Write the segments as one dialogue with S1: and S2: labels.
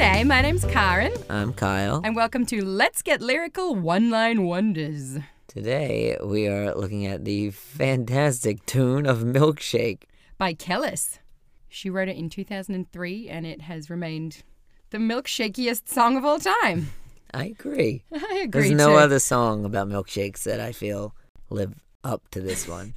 S1: And my name's Karen,
S2: I'm Kyle.
S1: and welcome to Let's Get Lyrical One Line Wonders.
S2: Today we are looking at the fantastic tune of Milkshake.
S1: by Kellis. She wrote it in 2003 and it has remained the milkshakiest song of all time.
S2: I agree.
S1: I agree.
S2: There's no
S1: too.
S2: other song about milkshakes that I feel live up to this one.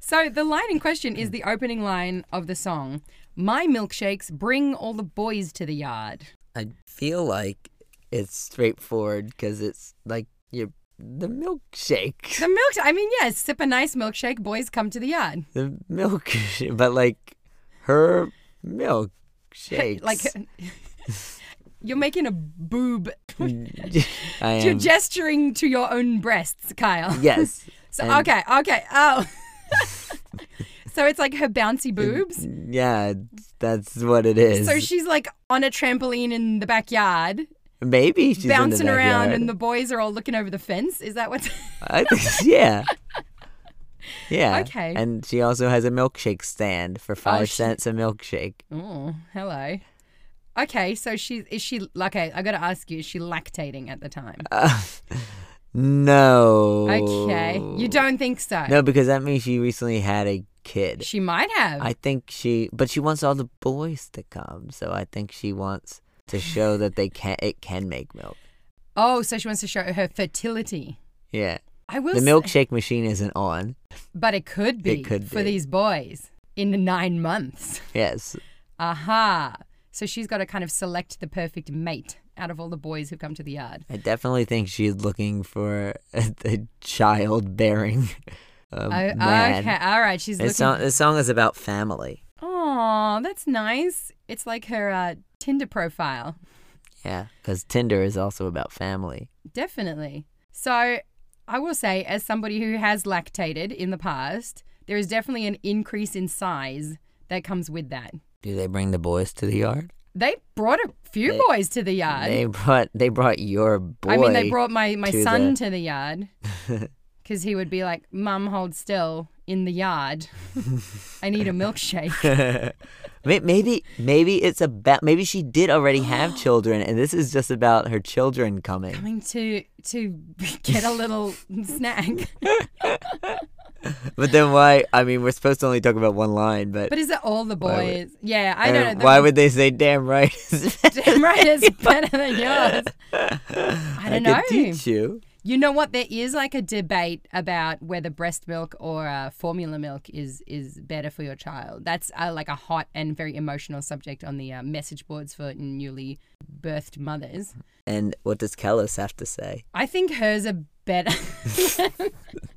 S1: So the line in question is the opening line of the song. My milkshakes bring all the boys to the yard.
S2: I feel like it's straightforward because it's like you're the milkshake.
S1: The milk I mean yes, sip a nice milkshake, boys come to the yard.
S2: The milk, but like her milkshakes.
S1: Like you're making a boob.
S2: I
S1: You're
S2: am.
S1: gesturing to your own breasts, Kyle.
S2: Yes.
S1: So,
S2: and-
S1: okay, okay. Oh. so it's like her bouncy boobs.
S2: Yeah, that's what it is.
S1: So she's like on a trampoline in the backyard,
S2: Maybe she's in the
S1: bouncing around,
S2: backyard.
S1: and the boys are all looking over the fence. Is that what's.
S2: I think, yeah. Yeah.
S1: Okay. Oh,
S2: And she also has a milkshake stand for five
S1: she-
S2: cents a milkshake.
S1: oh, hello. Okay, so she's. Is she. Okay, I gotta ask you, is she lactating at the time?
S2: No.
S1: Okay.
S2: Oh.
S1: You don't think so?
S2: No, because that means she recently had a kid.
S1: She might have.
S2: I think she, but she wants all the boys to come, so I think she wants to show that they can it can make milk.
S1: oh, so she wants to show her fertility.
S2: Yeah.
S1: I will
S2: The
S1: s-
S2: milkshake machine isn't on.
S1: But it could be
S2: could
S1: for
S2: be.
S1: these boys in nine months.
S2: Yes.
S1: Aha. So she's got to kind of select the perfect mate out of all the boys who come to the yard.
S2: I definitely think she's looking for a, a childbearing uh,
S1: Oh,
S2: man.
S1: okay, all right. She's
S2: This
S1: looking.
S2: song, this song is about family.
S1: Oh, that's nice. It's like her uh, Tinder profile,
S2: Yeah, because Tinder is also about family.
S1: definitely. So, I will say, as somebody who has lactated in the past, there is definitely an increase in size that comes with that.
S2: Do they bring the boys to the yard?
S1: They brought a few
S2: They-
S1: boys to the yard.
S2: they brought they brought your boy.
S1: I mean, they brought my my
S2: to
S1: son
S2: the-
S1: to the yard because he would be like, "Mum, hold still." In the yard, I need a milkshake.
S2: May- maybe maybe it's about maybe she did already have children, and this is just about her children coming.
S1: Coming to to get a little snack.
S2: But then why? I mean, we're supposed to only talk about one line, but,
S1: But is it all the
S2: Why
S1: boys?
S2: would-
S1: yeah, I
S2: uh,
S1: don't know.
S2: why would they say "damn right"?
S1: Damn right, it's better than yours. I
S2: I
S1: don't
S2: could
S1: know.
S2: teach you.
S1: You know what? There is like a debate about whether breast milk or uh, formula milk is is better for your child. That's uh, like a hot and very emotional subject on the uh, message boards for newly birthed mothers.
S2: And what does Kellis have to say?
S1: I think hers are better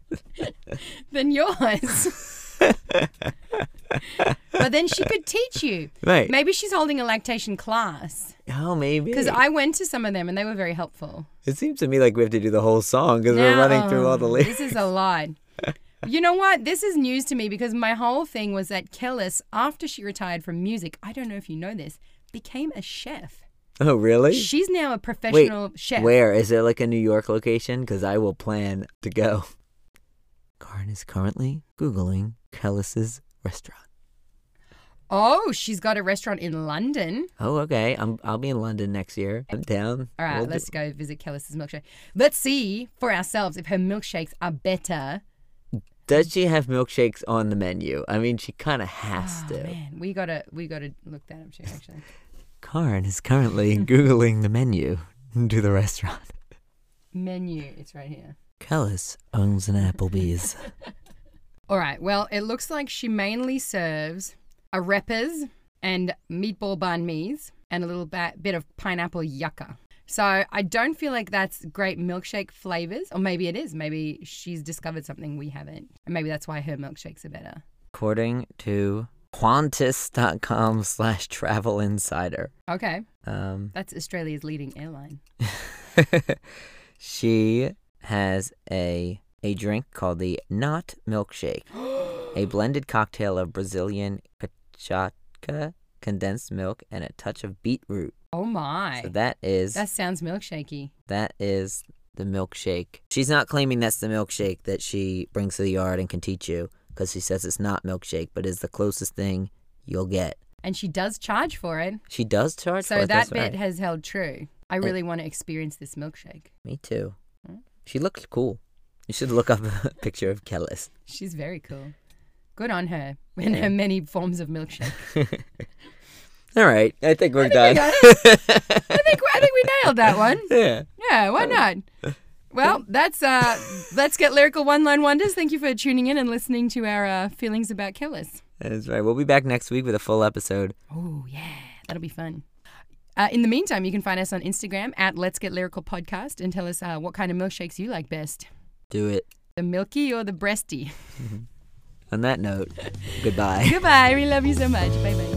S1: than yours. but then she could teach you.
S2: Right.
S1: Maybe she's holding a lactation class.
S2: oh, maybe.
S1: Because I went to some of them and they were very helpful.
S2: It seems to me like we have to do the whole song because we're running through all the
S1: Now- um,
S2: lyrics.
S1: This is a lot. You know what? This is news to me because my whole thing was that Kellis, after she retired from music, I don't know if you know this, became a chef.
S2: Oh, really?
S1: She's now a
S2: Wait,
S1: professional chef.
S2: where is there like a New York location? Because I will plan to go. Karen is currently googling Kellis's restaurant.
S1: Oh, she's got a restaurant in London.
S2: Oh, okay. I'm I'll be in London next year. I'm down.
S1: All right,
S2: We'll do-
S1: let's go visit Kellis's milkshake. Let's see for ourselves if her milkshakes are better.
S2: Does she have milkshakes on the menu? I mean, she kind of has
S1: Oh,
S2: to.
S1: man, we gotta we gotta look that up too. Actually,
S2: Karen is currently googling the menu to the restaurant.
S1: menu, it's right here.
S2: Kellis owns an Applebee's.
S1: All right. Well, it looks like she mainly serves arepas and meatball banh mi's and a little ba- bit of pineapple yucca. So I don't feel like that's great milkshake flavors, or maybe it is. Maybe she's discovered something we haven't, and maybe that's why her milkshakes are better.
S2: According to Qantas.com slash travel insider.
S1: Okay,
S2: Um,
S1: that's Australia's leading airline.
S2: she has a a drink called the Not Milkshake, a blended cocktail of Brazilian cachaca, condensed milk, and a touch of beetroot.
S1: Oh my,
S2: So that is
S1: that sounds milkshakey.
S2: that is the milkshake. She's not claiming that's the milkshake that she brings to the yard and can teach you, because she says it's not milkshake, but is the closest thing you'll get.
S1: And she does charge for it.
S2: She does charge
S1: so
S2: for it.
S1: that
S2: that's
S1: bit
S2: right.
S1: has held true. I really want to experience this milkshake.
S2: Me too.
S1: Mm.
S2: She looked cool. You should look up a picture of Kellis.
S1: She's very cool. Good on her in
S2: Yeah.
S1: her many forms of milkshake.
S2: All right, I think we're done.
S1: got I think I think we nailed that one.
S2: yeah.
S1: Yeah, why not? Well, that's uh, let's get lyrical one line wonders. Thank you for tuning in and listening to our uh, feelings about Kellis.
S2: That is right. We'll be back next week with a full episode.
S1: Oh yeah, that'll be fun. Uh, in the meantime, you can find us on Instagram at Let's Get Lyrical Podcast and tell us uh, what kind of milkshakes you like best:
S2: Do it.
S1: the milky or the breasty.
S2: On that note, goodbye.
S1: Goodbye. We love you so much. Bye bye.